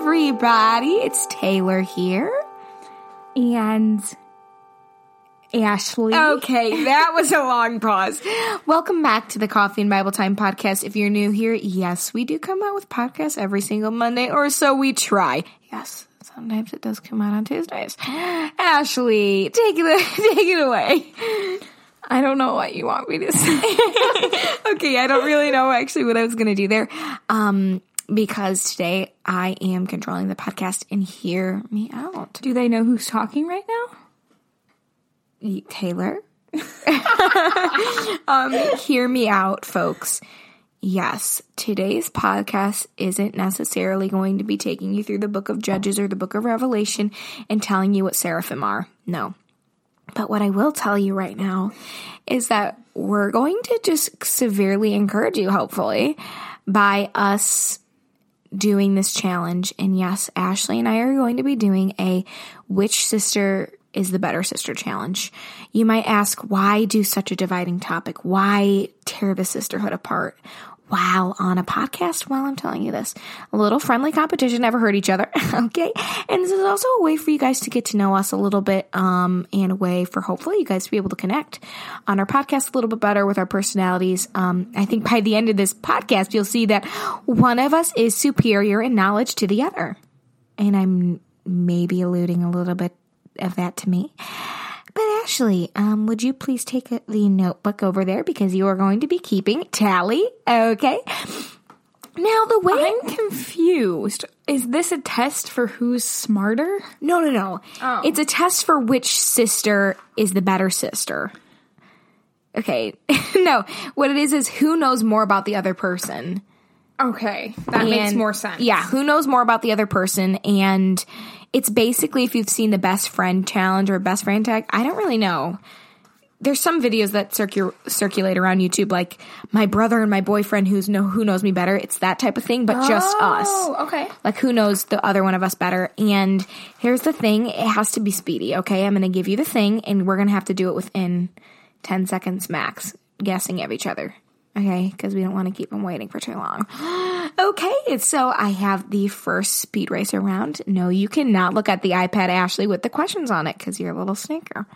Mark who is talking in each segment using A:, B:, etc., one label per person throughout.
A: everybody. It's Taylor here.
B: And Ashley.
A: Oh. Okay, that was a long pause. Welcome back to the Coffee and Bible Time podcast. If you're new here, yes, we do come out with podcasts every single Monday, or so we try. Yes, sometimes it does come out on Tuesdays. Ashley, take it, take it away.
B: I don't know what you want me to say.
A: Okay, I don't really know actually what I was going to do there. Um, because today I am controlling the podcast and hear me out.
B: Do they know who's talking right now?
A: Y- Taylor. um, hear me out, folks. Yes, today's podcast isn't necessarily going to be taking you through the book of Judges or the book of Revelation and telling you what seraphim are. No. But what I will tell you right now is that we're going to just severely encourage you, hopefully, by us doing this challenge. And yes, Ashley and I are going to be doing a which sister is the better sister challenge. You might ask, why do such a dividing topic? Why tear the sisterhood apart? Wow, on a podcast? Well, I'm telling you this. A little friendly competition never hurt each other. okay. And this is also a way for you guys to get to know us a little bit, um, and a way for hopefully you guys to be able to connect on our podcast a little bit better with our personalities. Um, I think by the end of this podcast, you'll see that one of us is superior in knowledge to the other. And I'm maybe alluding a little bit of that to me. But Ashley, um, would you please take the notebook over there because you are going to be keeping tally? Okay. Now the way
B: I'm confused. Is this a test for who's smarter?
A: no no no
B: Oh.
A: it's a test for which sister is the better sister. Okay, no. What it is is who knows more about the other person.
B: Okay, that
A: And- Yeah, who knows more about the other person? And it's basically if you've seen the best friend challenge or best friend tag. I don't really know. There's some videos that circu- circulate around YouTube, like my brother and my boyfriend who's know who knows me better. It's that type of thing, but just us.
B: Oh, okay.
A: Like who knows the other one of us better? And here's the thing: it has to be speedy. Okay, I'm going to give you the thing, and we're going to have to do it within ten seconds max, guessing at each other. Okay, because we don't want to keep them waiting for too long. Okay, so I have the first speed racer round. No, you cannot look at the iPad, Ashley, with the questions on it because you're a little sneaker.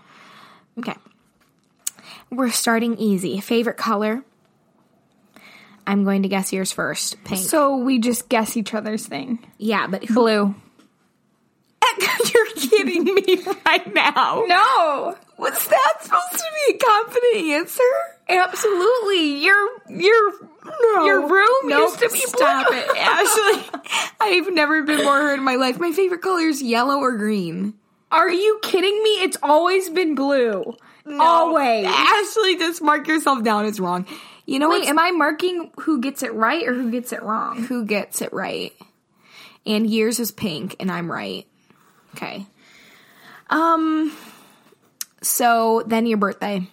A: Okay, we're starting easy. Favorite color? I'm going to guess yours first. Pink.
B: So we just guess each other's thing.
A: yeah, but who
B: Blue.
A: You're kidding me right now.
B: No,
A: Was that supposed to be a confident answer?
B: absolutely. Your your
A: No.
B: your room
A: Nope.
B: used to be
A: Stop
B: blue.
A: it, Ashley. I've never been more hurt in my life. My favorite color is yellow or green.
B: Are you kidding me? It's always been blue. Always.
A: Ashley, just mark yourself down. It's wrong. You know
B: Wait,
A: what?
B: am I marking who gets it right or who gets it wrong?
A: Who gets it right? And yours is pink, and I'm right. Okay. Um. So then your birthday,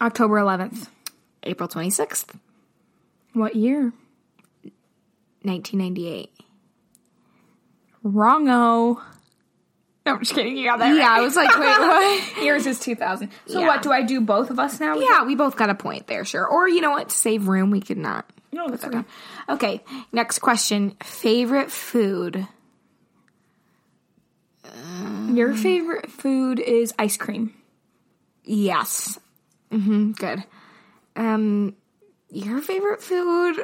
B: October 11th.
A: April twenty sixth,
B: What year?
A: nineteen ninety eight.
B: Wrongo. No, I'm just kidding. You got that
A: Yeah, I was like, wait, what?
B: right. Yours is 2000. So
A: Yeah.
B: what, do I do both of us now?
A: Yeah, we both got a point there, sure. Or you know what? To save room, we could not.
B: No, that's okay.
A: Okay, next question. Favorite food?
B: Your favorite food is ice cream.
A: Yes. hmm good. Um, your favorite food?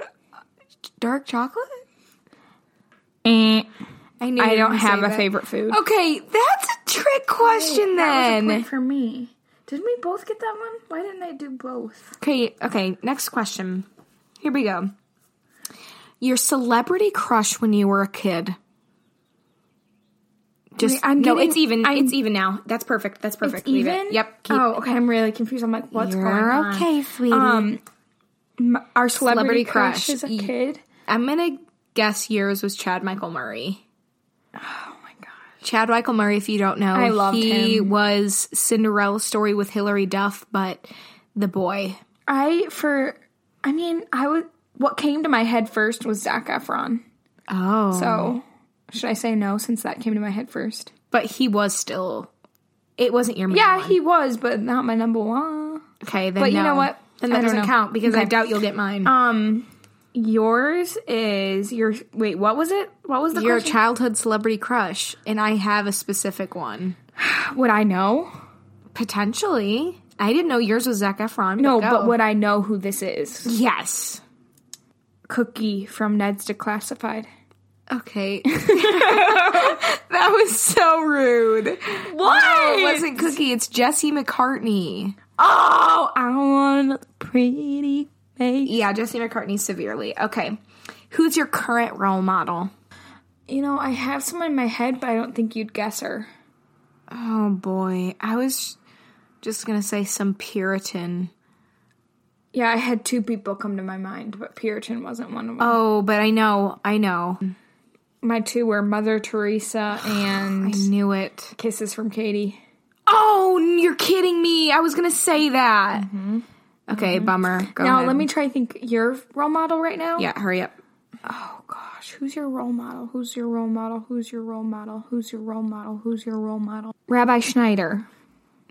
A: Dark chocolate?
B: Eh,
A: I, knew
B: I
A: you
B: don't
A: were gonna
B: have
A: say
B: a
A: that.
B: favorite food. Oh,
A: Okay, that's a trick question
B: That was a
A: then.
B: point for me. Did we both get that one? Why didn't I do both?
A: Okay, okay, next question. Here we go. Your celebrity crush when you were a kid. Just
B: Wait, I'm
A: no,
B: getting-
A: it's even. it's even now. That's perfect. That's perfect.
B: It's
A: Leave
B: even?
A: it. Yep. keep-
B: oh, okay. I'm really confused. I'm like, what's going
A: You're
B: on?
A: okay, sweetie.
B: Um, m- our
A: Celebrity
B: celebrity, crush.
A: crush.
B: as a
A: Ye-
B: kid.
A: I'm gonna guess yours was Chad Michael Murray.
B: Oh my god.
A: Chad Michael Murray, if you don't know,
B: I loved
A: he
B: him.
A: was Cinderella story with Hilary Duff, but the boy.
B: I for, I mean, I was. What came to my head first was Zac Efron.
A: Oh,
B: So, should I say no since that came to my head first?
A: but he was still. It wasn't your main
B: Yeah,
A: one.
B: he was, but not my number one.
A: Okay, then
B: But you
A: no.
B: know what?
A: Then that
B: I don't
A: doesn't
B: know.
A: count because I
B: Okay.
A: doubt you'll get mine.
B: Um, Yours is your wait. What was it? What was the
A: Your
B: question?
A: childhood celebrity crush, and I have a specific one.
B: would I know?
A: Potentially. I didn't know yours was Zac Efron.
B: No,
A: go.
B: but would I know who this is?
A: Yes.
B: Cookie from Ned's Declassified.
A: Okay. that was so rude.
B: Why?
A: It wasn't Cookie, it's Jesse McCartney.
B: Oh, I want a pretty face.
A: Yeah, Jesse McCartney severely. Okay. Who's your current role model?
B: You know, I have someone in my head, but I don't think you'd guess her.
A: Oh boy. I was just going to say some Puritan.
B: Yeah, I had two people come to my mind, but Puritan wasn't one of them.
A: Oh, but I know. I know.
B: my two were Mother Teresa
A: I
B: and
A: knew it.
B: Kisses from Katie.
A: Oh, you're kidding me. I was going to say that. Okay, bummer. Go
B: Mm-hmm. now,
A: ahead.
B: let me try to think your role model right now.
A: Yeah, hurry up.
B: Oh gosh, who's your role model? Who's your role model? Who's your role model? Who's your role model? Who's your role model? Rabbi Schneider.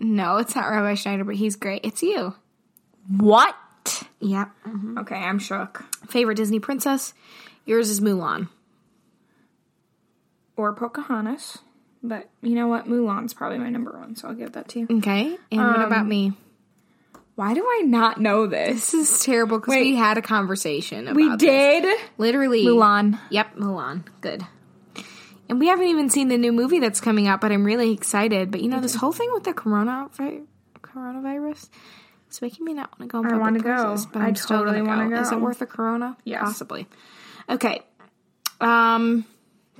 A: No, it's not Rabbi Schneider, but he's great. It's you.
B: What?
A: Yep.
B: Okay, I'm shook.
A: Favorite Disney princess? Yours is Mulan.
B: Or Pocahontas. But you know what? Mulan's probably my number one, so I'll give that to you.
A: Okay. And what about me?
B: Why do I not know this?
A: Um, This is terrible because we had a conversation about
B: We did.
A: literally
B: Mulan.
A: Yep, Mulan. Good. And we haven't even seen the new movie that's coming out, but I'm really excited. But you know, this whole thing with the corona coronavirus is making me not want to go. On
B: I wanna
A: want to
B: go.
A: but
B: I
A: I'm still
B: totally
A: want
B: wanna
A: to
B: go.
A: Is it worth a corona?
B: Yes.
A: possibly. Okay. Um,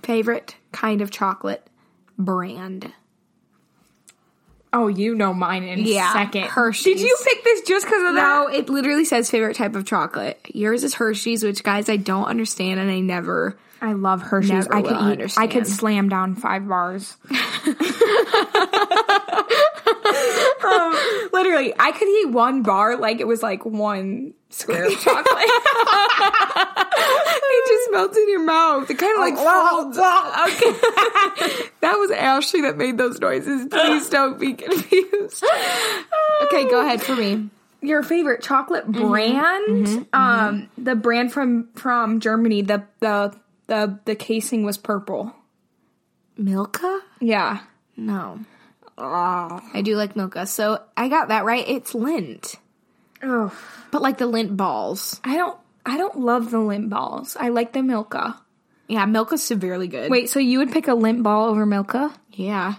A: favorite kind of chocolate brand?
B: Oh, you know mine in
A: Yeah,
B: a second.
A: Hershey's.
B: Did you pick this just because of that?
A: No, it literally says favorite type of chocolate. Yours is Hershey's, which guys I don't understand, and I never.
B: I love Hershey's.
A: Never
B: I could
A: will
B: eat. I
A: understand.
B: could slam down five bars. um, literally, I could eat one bar like it was like one square of chocolate.
A: It just melts in your mouth. It kind of like folds. oh. That was Ashley that made those noises. Please don't be confused. okay, go ahead for me.
B: Your favorite chocolate brand? um, the brand from from Germany. The the the the casing was purple.
A: Milka?
B: Yeah.
A: No. I do like Milka. So I got that right. It's lint.
B: Oh,
A: But like the lint balls.
B: I don't. I don't love the lint balls. I like the Milka.
A: Yeah, Milka's severely good.
B: Wait, so you would pick a lint ball over Milka?
A: Yeah.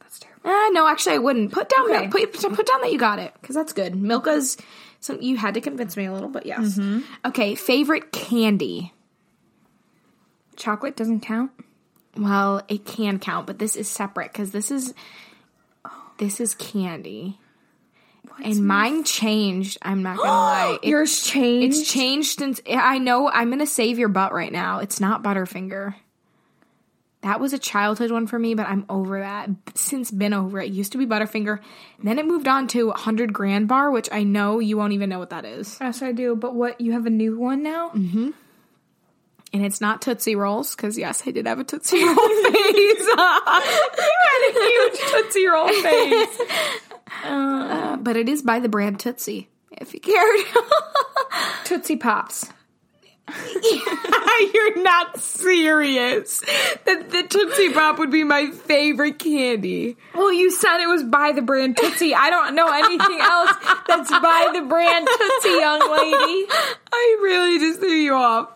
B: That's terrible.
A: Uh, no, actually, I wouldn't. Put down
B: Okay.
A: that. Put, put down that you got it because that's good. Milka's. So you had to convince me a little, but yes. Okay, favorite candy.
B: Chocolate doesn't count.
A: Well, it can count, but this is separate because this is this is candy, and mine changed. I'm not gonna lie. It-
B: Oh, Yours changed.
A: it's changed since eh, I know I'm gonna save your butt right now. It's not Butterfinger. That was a childhood one for me, but I'm over that. Since been over it. Used to be Butterfinger, then it moved on to 100 Grand Bar, which I know you won't even know what that is.
B: yes, I do. But what? You have a new one now?
A: And it's not Tootsie Rolls because yes, I did have a Tootsie Roll phase.
B: Huge Tootsie Roll face.
A: but it is by the brand Tootsie. If you cared,
B: Tootsie Pops.
A: you're not serious. That the Tootsie Pop would be my favorite candy.
B: Well, you said it was by the brand Tootsie. I don't know anything else that's by the brand Tootsie, young lady.
A: I really just threw you off.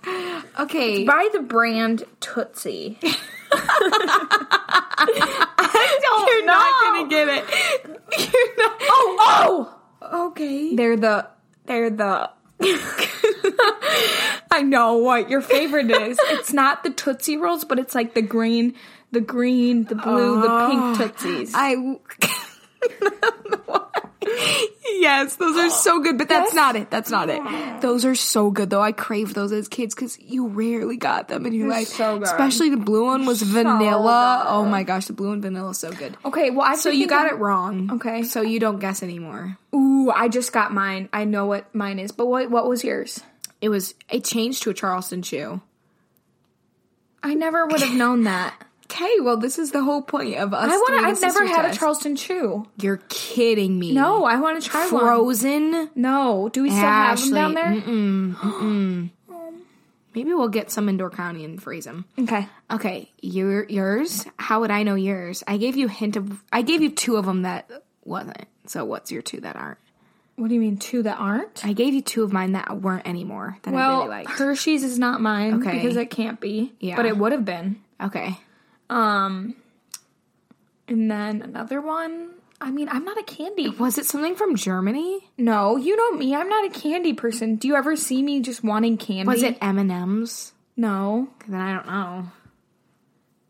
A: Okay,
B: By the brand Tootsie. I don't
A: you're not
B: know.
A: gonna get it. You're not.
B: Oh,
A: Oh, okay.
B: they're the. They're the. I know what your favorite is. It's not the Tootsie Rolls, but it's like the green, the green, the blue, the pink Tootsies.
A: Oh. I. yes, those are so good, but that's not it. That's not it. Those are so good, though. I crave those as kids because you rarely got them in your life.
B: so good.
A: Especially the blue one was vanilla. Oh my gosh, the blue and vanilla is so good.
B: okay, well, I
A: So you got it wrong.
B: Okay.
A: So you don't guess anymore.
B: Ooh, I just got mine. I know what mine is, but what what was yours?
A: It was it changed to a Charleston shoe.
B: I never would have known that.
A: Okay, well this is the whole point of us.
B: I want.
A: doing
B: to
A: the
B: I've
A: sister
B: never had
A: test.
B: a Charleston chew.
A: You're kidding me.
B: No, I want to try one.
A: Frozen.
B: No, do we still have them down there?
A: Mm-mm, mm-mm. Maybe we'll get some in Door County and freeze them.
B: Okay.
A: Okay, your yours. How would I know yours? I gave you a hint of. I gave you two of them that wasn't. So what's your two that aren't?
B: What do you mean two that aren't?
A: I gave you two of mine that weren't anymore that I
B: Well,
A: really liked.
B: Hershey's is not mine
A: Okay.
B: because it can't be.
A: Yeah.
B: But it would have been.
A: Okay,
B: Um and then another one. I mean, I'm not a candy.
A: was it something from Germany?
B: No, you know me. I'm not a candy person. Do you ever see me just wanting candy?
A: Was it M and M's?
B: No.
A: Then I don't know.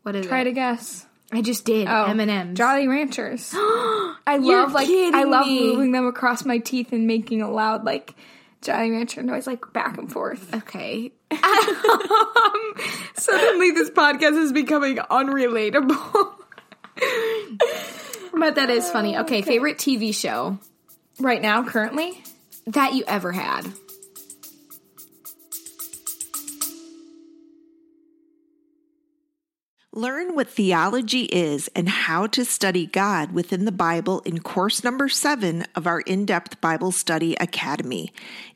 A: What is
B: Try
A: it?
B: to guess.
A: I just did
B: Oh,
A: M and M's.
B: Jolly Ranchers. I
A: You're
B: love like I
A: kidding
B: love
A: me.
B: moving them across my teeth and making a loud like Jolly Rancher noise like back and forth.
A: Okay, Um,
B: Suddenly this podcast is becoming unrelatable.
A: but that is funny. Okay, favorite TV show
B: right now, currently?
A: that you ever had?
C: Learn what theology is and how to study God within the Bible in course number seven of our in depth Bible Study Academy.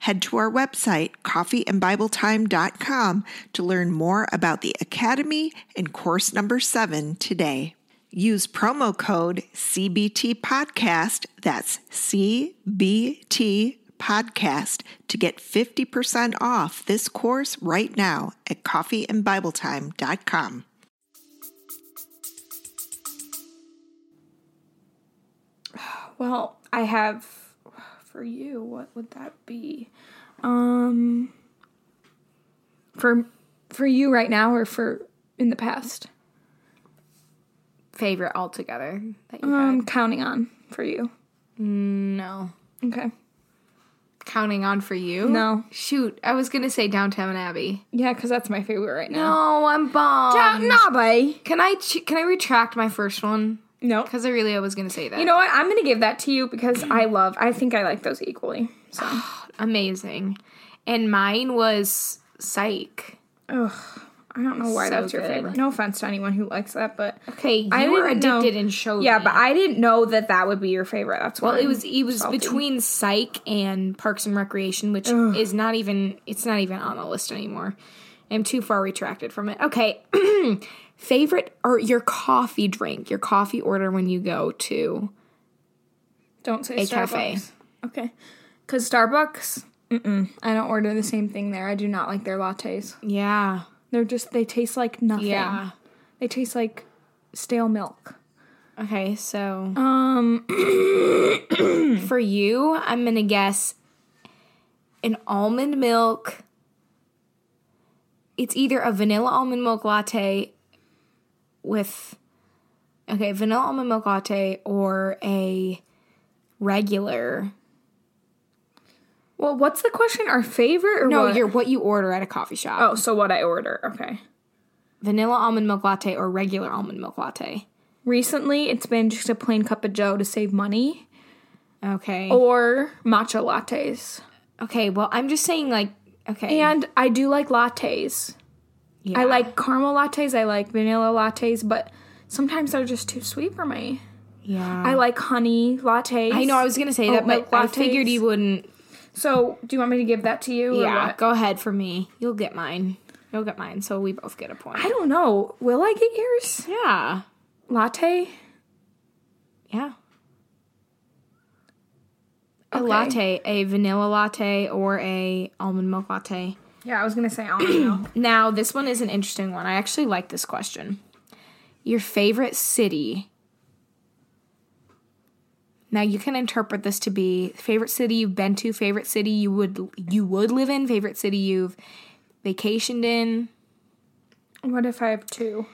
C: Head to our website, coffeeandbibletime.com, to learn more about the Academy and course number seven today. Use promo code CBT Podcast, that's CBT Podcast, to get 50% off this course right now at coffeeandbibletime.com.
B: Well, I have for you, what would that be? Um for for you right now or for in the past?
A: Favorite altogether that you had?
B: Um counting on for you.
A: No.
B: Okay.
A: Counting on for you?
B: No.
A: Shoot, I was gonna say Downtown Abbey.
B: Yeah, because that's my favorite right now. Um,
A: No, I'm bummed.
B: Nabe.
A: Can I ch- can I retract my first one?
B: No.
A: Because I really was gonna say that.
B: You know what? I'm gonna give that to you because I love. I think I like those equally. So.
A: amazing. And mine was Psych.
B: Ugh. I don't know why
A: So
B: that's your
A: good.
B: favorite. No offense to anyone who likes that, but
A: Okay, you
B: I
A: were
B: didn't know-
A: addicted and showed.
B: yeah,
A: me.
B: but I didn't know that that would be your favorite. That's
A: Well,
B: why
A: it was it was
B: salty.
A: between Psych and Parks and Recreation, which is not even it's not even on the list anymore. I'm too far retracted from it. Okay, favorite or your coffee drink, your coffee order when you go to
B: don't say
A: a
B: Starbucks.
A: cafe.
B: Okay, because Starbucks. Mm-mm, I don't order the same thing there. I do not like their lattes.
A: Yeah,
B: They're just they taste like nothing.
A: yeah.
B: They taste like stale milk.
A: Okay, so
B: Um,
A: for you, I'm gonna guess an almond milk. It's either a vanilla almond milk latte with okay, vanilla almond milk latte or a regular.
B: well, what's the question? Our favorite or
A: No,
B: what?
A: you're what you order at a coffee shop.
B: oh, so what I order? Okay.
A: Vanilla almond milk latte or regular almond milk latte.
B: Recently, it's been just a plain cup of joe to save money
A: Okay.
B: Oh. or matcha lattes.
A: Okay, well, I'm just saying like okay.
B: And I do like lattes.
A: yeah.
B: I like caramel lattes, I like vanilla lattes, but sometimes they're just too sweet for me.
A: yeah.
B: I like honey lattes.
A: I know I was gonna say that,
B: milk
A: but I figured
B: lattes.
A: you wouldn't
B: So, do you want me to give that to you? or
A: Yeah,
B: what?
A: go ahead for me. You'll get mine. You'll get mine, so we both get a point.
B: I don't know. Will I get yours?
A: yeah.
B: Latte?
A: Yeah. A
B: Okay.
A: latte, a vanilla latte or a almond milk latte.
B: Yeah, I was going to say almond milk.
A: Now, this one is an interesting one. I actually like this question. Your favorite city. Now you can interpret this to be favorite city you've been to, favorite city you would you would live in, favorite city you've vacationed in,
B: What if I have two?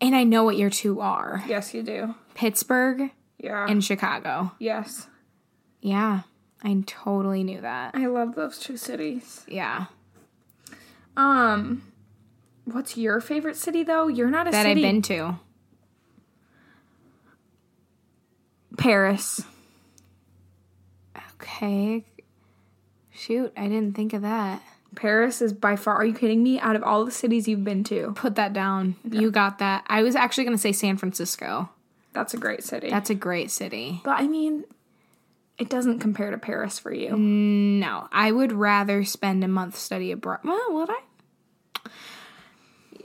A: and I know what your two are.
B: Yes, you do.
A: Pittsburgh
B: Yeah.
A: and Chicago.
B: yes.
A: Yeah, I totally knew that.
B: I love those two cities.
A: Yeah,
B: Um, what's your favorite city though? You're not a
A: that
B: city.
A: I've been to.
B: Paris.
A: Okay. Shoot, I didn't think of that.
B: Paris is by far. Are you kidding me? Out of all the cities you've been to,
A: Put that down. You got that. I was actually going to say San Francisco.
B: that's a great city.
A: That's a great city.
B: but I mean, it doesn't compare to Paris for you.
A: No, I would rather spend a month study abroad. Well, would I?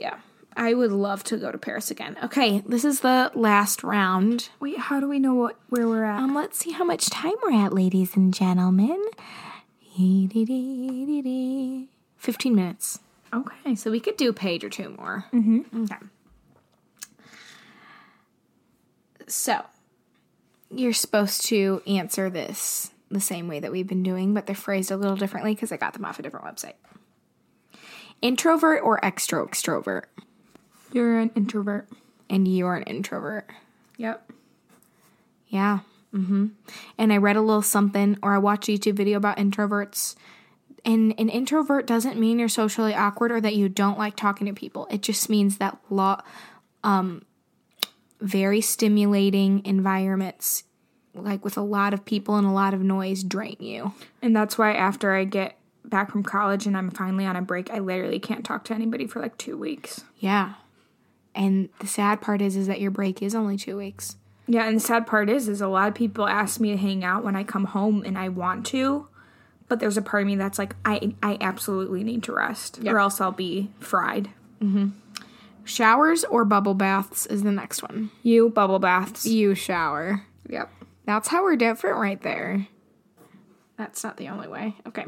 B: Yeah.
A: I would love to go to Paris again. Okay, this is the last round.
B: Wait, how do we know what where we're at?
A: Um, let's see how much time we're at, ladies and gentlemen. 15 minutes. Mm-hmm.
B: okay.
A: So we could do a page or two more. Okay. So you're supposed to answer this the same way that we've been doing, but they're phrased a little differently because I got them off a different website. Introvert or extro extrovert?
B: You're an introvert.
A: And you're an introvert.
B: Yep.
A: Yeah. hmm And I read a little something or I watched a YouTube video about introverts. And an introvert doesn't mean you're socially awkward or that you don't like talking to people. It just means that lo- um, very stimulating environments, like with a lot of people and a lot of noise, drain you.
B: And that's why after I get back from college and I'm finally on a break, I literally can't talk to anybody for like 2 weeks.
A: Yeah. And the sad part is, is that your break is only two weeks.
B: Yeah, and the sad part is is a lot of people ask me to hang out when I come home and I want to, but there's a part of me that's like I I absolutely need to rest or else I'll be fried.
A: Showers or bubble baths is the next one.
B: You bubble baths.
A: You shower.
B: Yep.
A: That's how we're different right there. That's not the only way. Okay.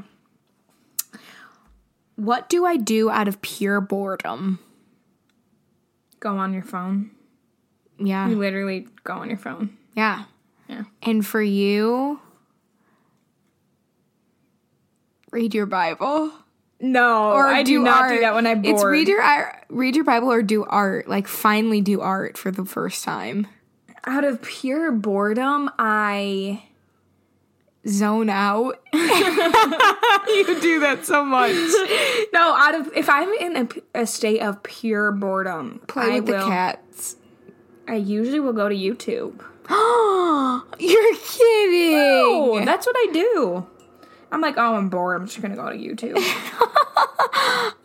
A: What do I do out of pure boredom?
B: Go on your phone. You
A: Yeah.
B: literally go on your phone.
A: Yeah.
B: Hmm. Yeah.
A: And for you, read your Bible.
B: No, or Oh, I do, not do
A: art.
B: that when I'm bored.
A: It's read your ar- read your Bible or do art. Like finally do art for the first time.
B: out of pure boredom, I
A: Zone out. you do that so much.
B: no out of if I'm in a p- a, state of pure boredom,
A: Play
B: I
A: with the
B: will-
A: cats.
B: I usually will go to YouTube.
A: You're kidding.
B: Oh, that's what I do. I'm like, oh, I'm bored. I'm just gonna go to YouTube.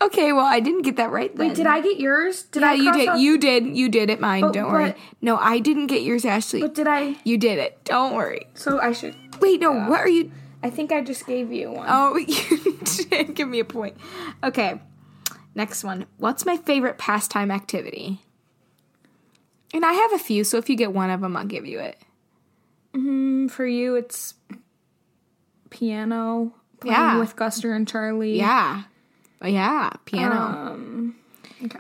A: Okay, well, I didn't get that right then.
B: Wait, did I get yours? Did
A: Yeah,
B: I?
A: you
B: cross
A: did.
B: off-
A: You did. You did it. Mine. don't worry.
B: but-
A: No, I didn't get yours, Ashley.
B: But did I?
A: you did it. Don't worry.
B: So I should.
A: Wait, no. What are you?
B: I think I just gave you one.
A: Oh, you did give me a point. Okay. Next one. What's my favorite pastime activity? And I have a few, so if you get one of them, I'll give you it.
B: Mm, for you, it's piano. Playing
A: Yeah.
B: With Guster and Charlie.
A: Yeah. Yeah. Piano.
B: Um, Okay.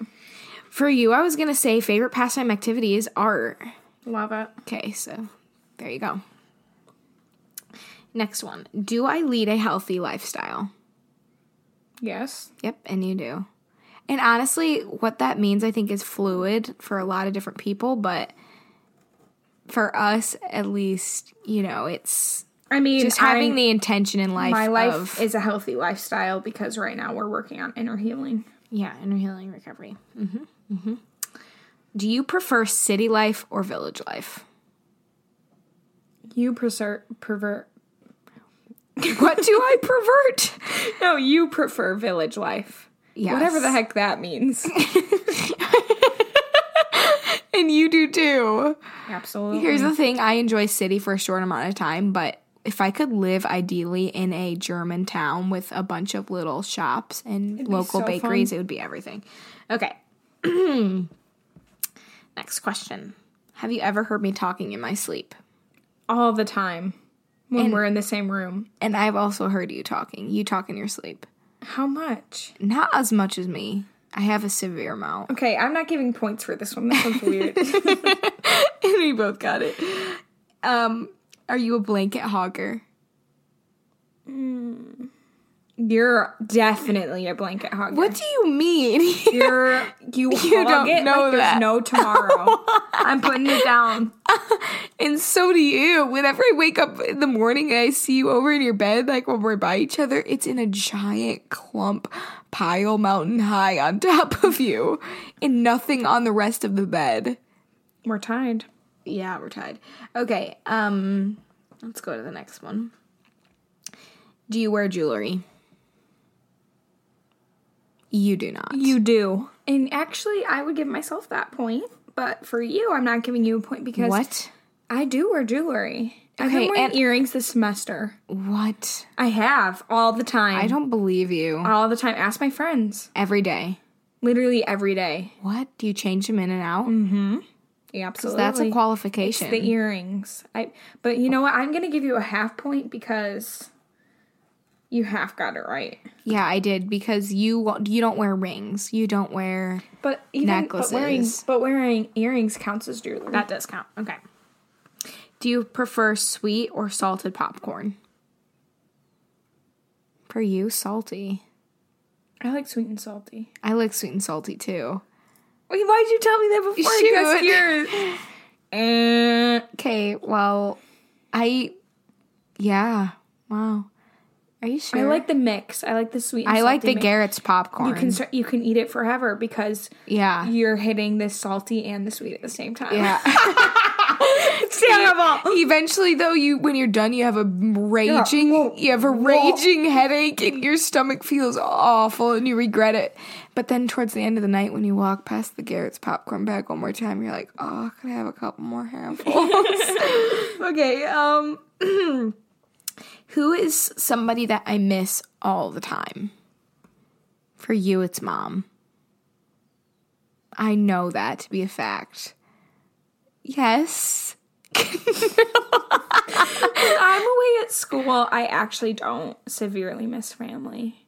A: For you, I was gonna say favorite pastime activity is art.
B: Love it.
A: Okay, so there you go. Next one. Do I lead a healthy lifestyle?
B: Yes.
A: Yep, and you do. And honestly, what that means, I think, is fluid for a lot of different people, but for us, at least, you know, it's
B: I mean,
A: just having
B: I'm-
A: the intention in life.
B: my life
A: of-
B: is a healthy lifestyle because right now we're working on inner healing.
A: yeah, inner healing recovery. hmm hmm Do you prefer city life or village life?
B: You preser- pervert.
A: What do I pervert?
B: No, you prefer village life.
A: Yes.
B: Whatever the heck that means.
A: And you do too.
B: Absolutely.
A: Here's the thing I enjoy city for a short amount of time, but if I could live ideally in a German town with a bunch of little shops and
B: be
A: local
B: so
A: bakeries, it would be everything. Okay. Next question Have you ever heard me talking in my sleep?
B: All the time when we're in the same room.
A: And I've also heard you talking. You talk in your sleep.
B: How much?
A: Not as much as me. I have a severe amount.
B: Okay, I'm not giving points for this one. This one's weird.
A: we both got it. Um, are you a blanket hogger?
B: You're definitely a blanket hog.
A: What do you mean?
B: You're you, hog
A: don't
B: it
A: know
B: like
A: that.
B: there's no tomorrow. I'm putting it down.
A: And so do you. Whenever I wake up in the morning and I see you over in your bed, like when we're by each other, it's in a giant clump pile mountain high on top of you and nothing on the rest of the bed.
B: We're tied.
A: Yeah, we're tied. Okay, um let's go to the next one. Do you wear jewelry? You do not.
B: You do. And actually, I would give myself that point, but for you, I'm not giving you a point because
A: what?
B: I do wear jewelry. I've
A: Okay,
B: been wearing
A: and-
B: earrings this semester.
A: What?
B: I have all the time.
A: I don't believe you.
B: all the time. Ask my friends.
A: Every day.
B: Literally every day.
A: What? Mm, Do you change them in and out?
B: Yeah, absolutely.
A: That's a qualification.
B: the earrings. I but you know what? I'm gonna give you a half point because you half got it right.
A: yeah, I did because you you don't wear rings. You don't wear
B: But even
A: Necklaces.
B: but wearing but wearing earrings counts as jewelry.
A: That does count. Okay. Do you prefer sweet or salted popcorn? For you, salty.
B: I like sweet and salty.
A: I like sweet and salty too.
B: Wait, why'd you tell me that before Eh, I
A: Eh,
B: guessed yours?
A: Okay, well, I. Yeah. Wow. Are you sure?
B: I like the mix. I like the sweet. And
A: I like
B: salty
A: the
B: mix.
A: Garrett's popcorn.
B: You can start, you can eat it forever because
A: yeah.
B: you're hitting the salty and the sweet at the same time.
A: Ah. Yeah.
B: it's terrible.
A: Eventually, though, you when you're done, you have a raging, you have a raging headache, and your stomach feels awful, and you regret it. But then, towards the end of the night, when you walk past the Garrett's popcorn bag one more time, you're like, "Oh, could I have a couple more handfuls?" okay. Um, who is somebody that I miss all the time? For you, it's mom. I know that to be a fact. Yes.
B: I'm away at school. I actually don't severely miss family.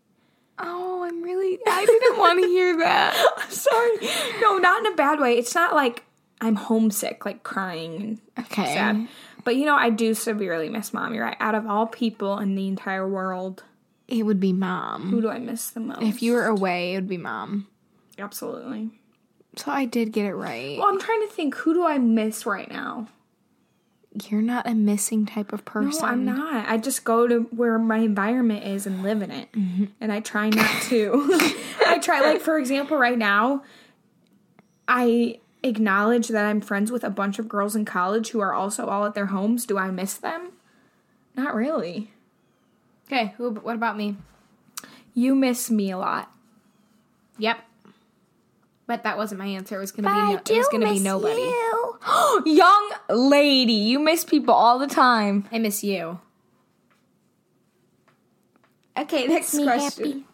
A: Oh, I'm really. I didn't want to hear that.
B: Sorry. No, not in a bad way. It's not like I'm homesick, like crying and
A: Okay.
B: sad. But you know, I do severely miss mom. You're right. Out of all people in the entire world,
A: It would be mom.
B: who do I miss the most?
A: If you were away, it would be mom.
B: Absolutely.
A: So I did get it right.
B: Well, I'm trying to think who do I miss right now?
A: You're not a missing type of
B: No,
A: person.
B: I'm not. I just go to where my environment is and live in it. And I try not to. I try, like, for example, right now, I acknowledge that I'm friends with a bunch of girls in college who are also all at their homes. Do I miss them? Not really.
A: Okay. Who? What about me?
B: You miss me a lot.
A: Yep. But that wasn't my answer. It was gonna
B: I
A: be. No, it was
B: do
A: gonna be
B: miss
A: nobody.
B: you.
A: Young lady, you miss people all the time. I miss you. Okay, next
B: me
A: question.
B: happy.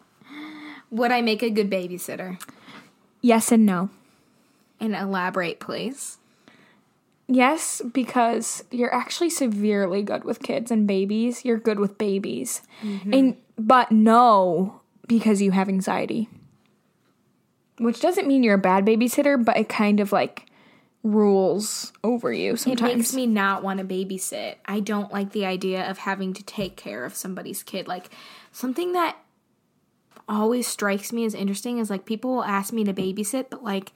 A: Would I make a good babysitter?
B: Yes and no.
A: And elaborate, please.
B: Yes, because you're actually severely good with kids and babies. You're good with babies. And but no, because you have anxiety. Which doesn't mean you're a bad babysitter, but it kind of like rules over you
A: It
B: sometimes.
A: makes me not want to babysit. I don't like the idea of having to take care of somebody's kid. Like something that always strikes me as interesting is like people will ask me to babysit, but like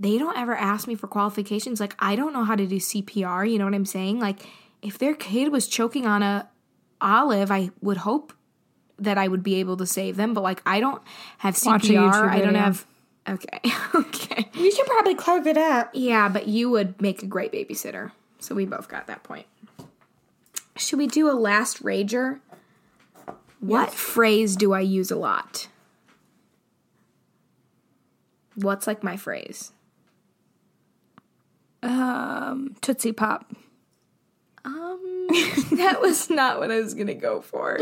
A: they don't ever ask me for qualifications. Like I don't know how to do CPR, you know what I'm saying? Like if their kid was choking on a olive, I would hope that I would be able to save them, but like I don't have
B: Watch a YouTube
A: CPR. I don't
B: video.
A: have Okay. okay.
B: you should probably carve it up.
A: Yeah, but you would make a great babysitter. So we both got that point. Should we do a last rager? What phrase do I use a lot? What's like my phrase?
B: Tootsie Pop.
A: Um, that was not what I was gonna go for.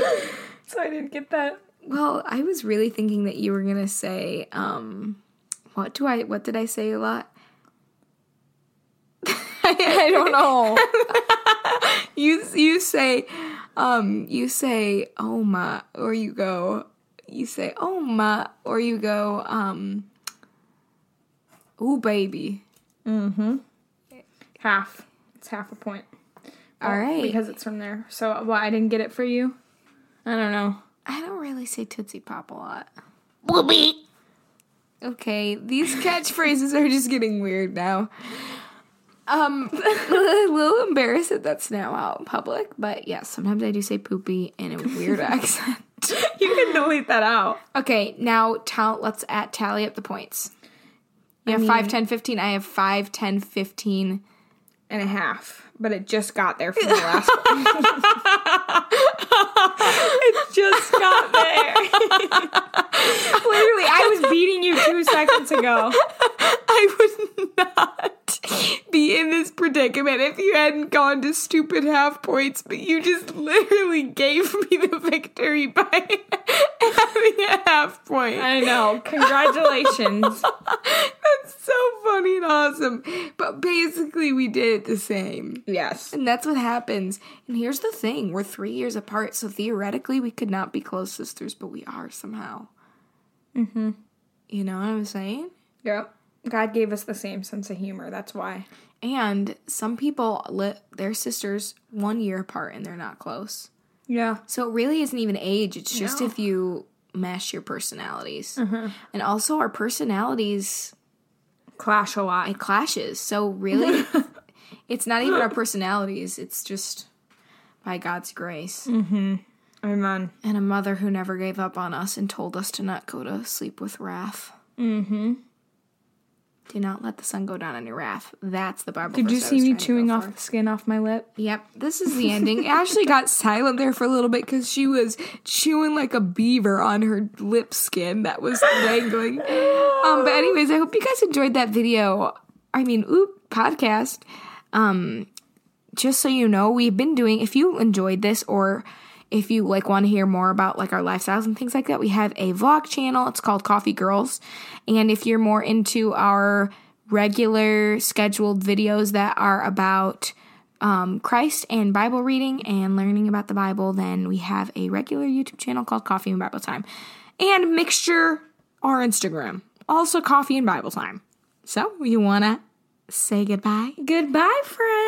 B: So I didn't get that.
A: Well, I was really thinking that you were gonna say, um, what do I? What did I say a lot?
B: I don't know.
A: you you say um you say oh my or you go you say oh my or you go um ooh baby
B: half. It's half a point.
A: all right
B: Because it's from there. So well, I didn't get it for you. I don't know.
A: i don't really say tootsie pop a lot okay these catchphrases are just getting weird now um a little embarrassed that that's now out in public but yeah sometimes i do say poopy in a weird accent
B: You can delete that out.
A: Okay, now tell, let's at tally up the points. You have five, ten, fifteen. 5, 10, 15. I have 5, 10, 15.
B: and a half, but it just got there from the last one.
A: Just got there.
B: Literally, I was beating you two seconds ago.
A: I would not be in this predicament if you hadn't gone to stupid half points, but you just literally gave me the victory by having a half point.
B: I know. Congratulations.
A: That's so funny and awesome. But basically, we did it the same.
B: yes.
A: And that's what happens. And here's the thing we're three years apart, so theoretically, we could not be close sisters, but we are somehow. Mm hmm. You know what I'm saying?
B: Yep. God gave us the same sense of humor. That's why.
A: And some people li their sisters one year apart and they're not close.
B: Yeah.
A: So it really isn't even age, it's just if you mesh your personalities.
B: Mm-hmm.
A: And also, our personalities
B: Clash a lot.
A: it clashes. So really, it's not even our personalities, it's just by God's grace.
B: Mm. Amen.
A: And a mother who never gave up on us and told us to not go to sleep with wrath. Mm-hmm. Do not let the sun go down on your wrath. That's the Bible.
B: Did you
A: verse I
B: see
A: was
B: me
A: trying to go
B: chewing
A: for.
B: off the skin off my lip?
A: Yep, this is the ending. Ashley got silent there for a little bit because she was chewing like a beaver on her lip skin that was dangling. Um, but anyways, I hope you guys enjoyed that video. I mean, oop, podcast. Um, just so you know, we've been doing. If you enjoyed this or if you like want to hear more about like our lifestyles and things like that, we have a vlog channel. It's called Coffee Girls. And if you're more into our regular scheduled videos that are about um, Christ and Bible reading and learning about the Bible, then we have a regular YouTube channel called Coffee and Bible Time and Mixture, our Instagram, also Coffee and Bible Time. So you want to say goodbye?
B: Goodbye, friend.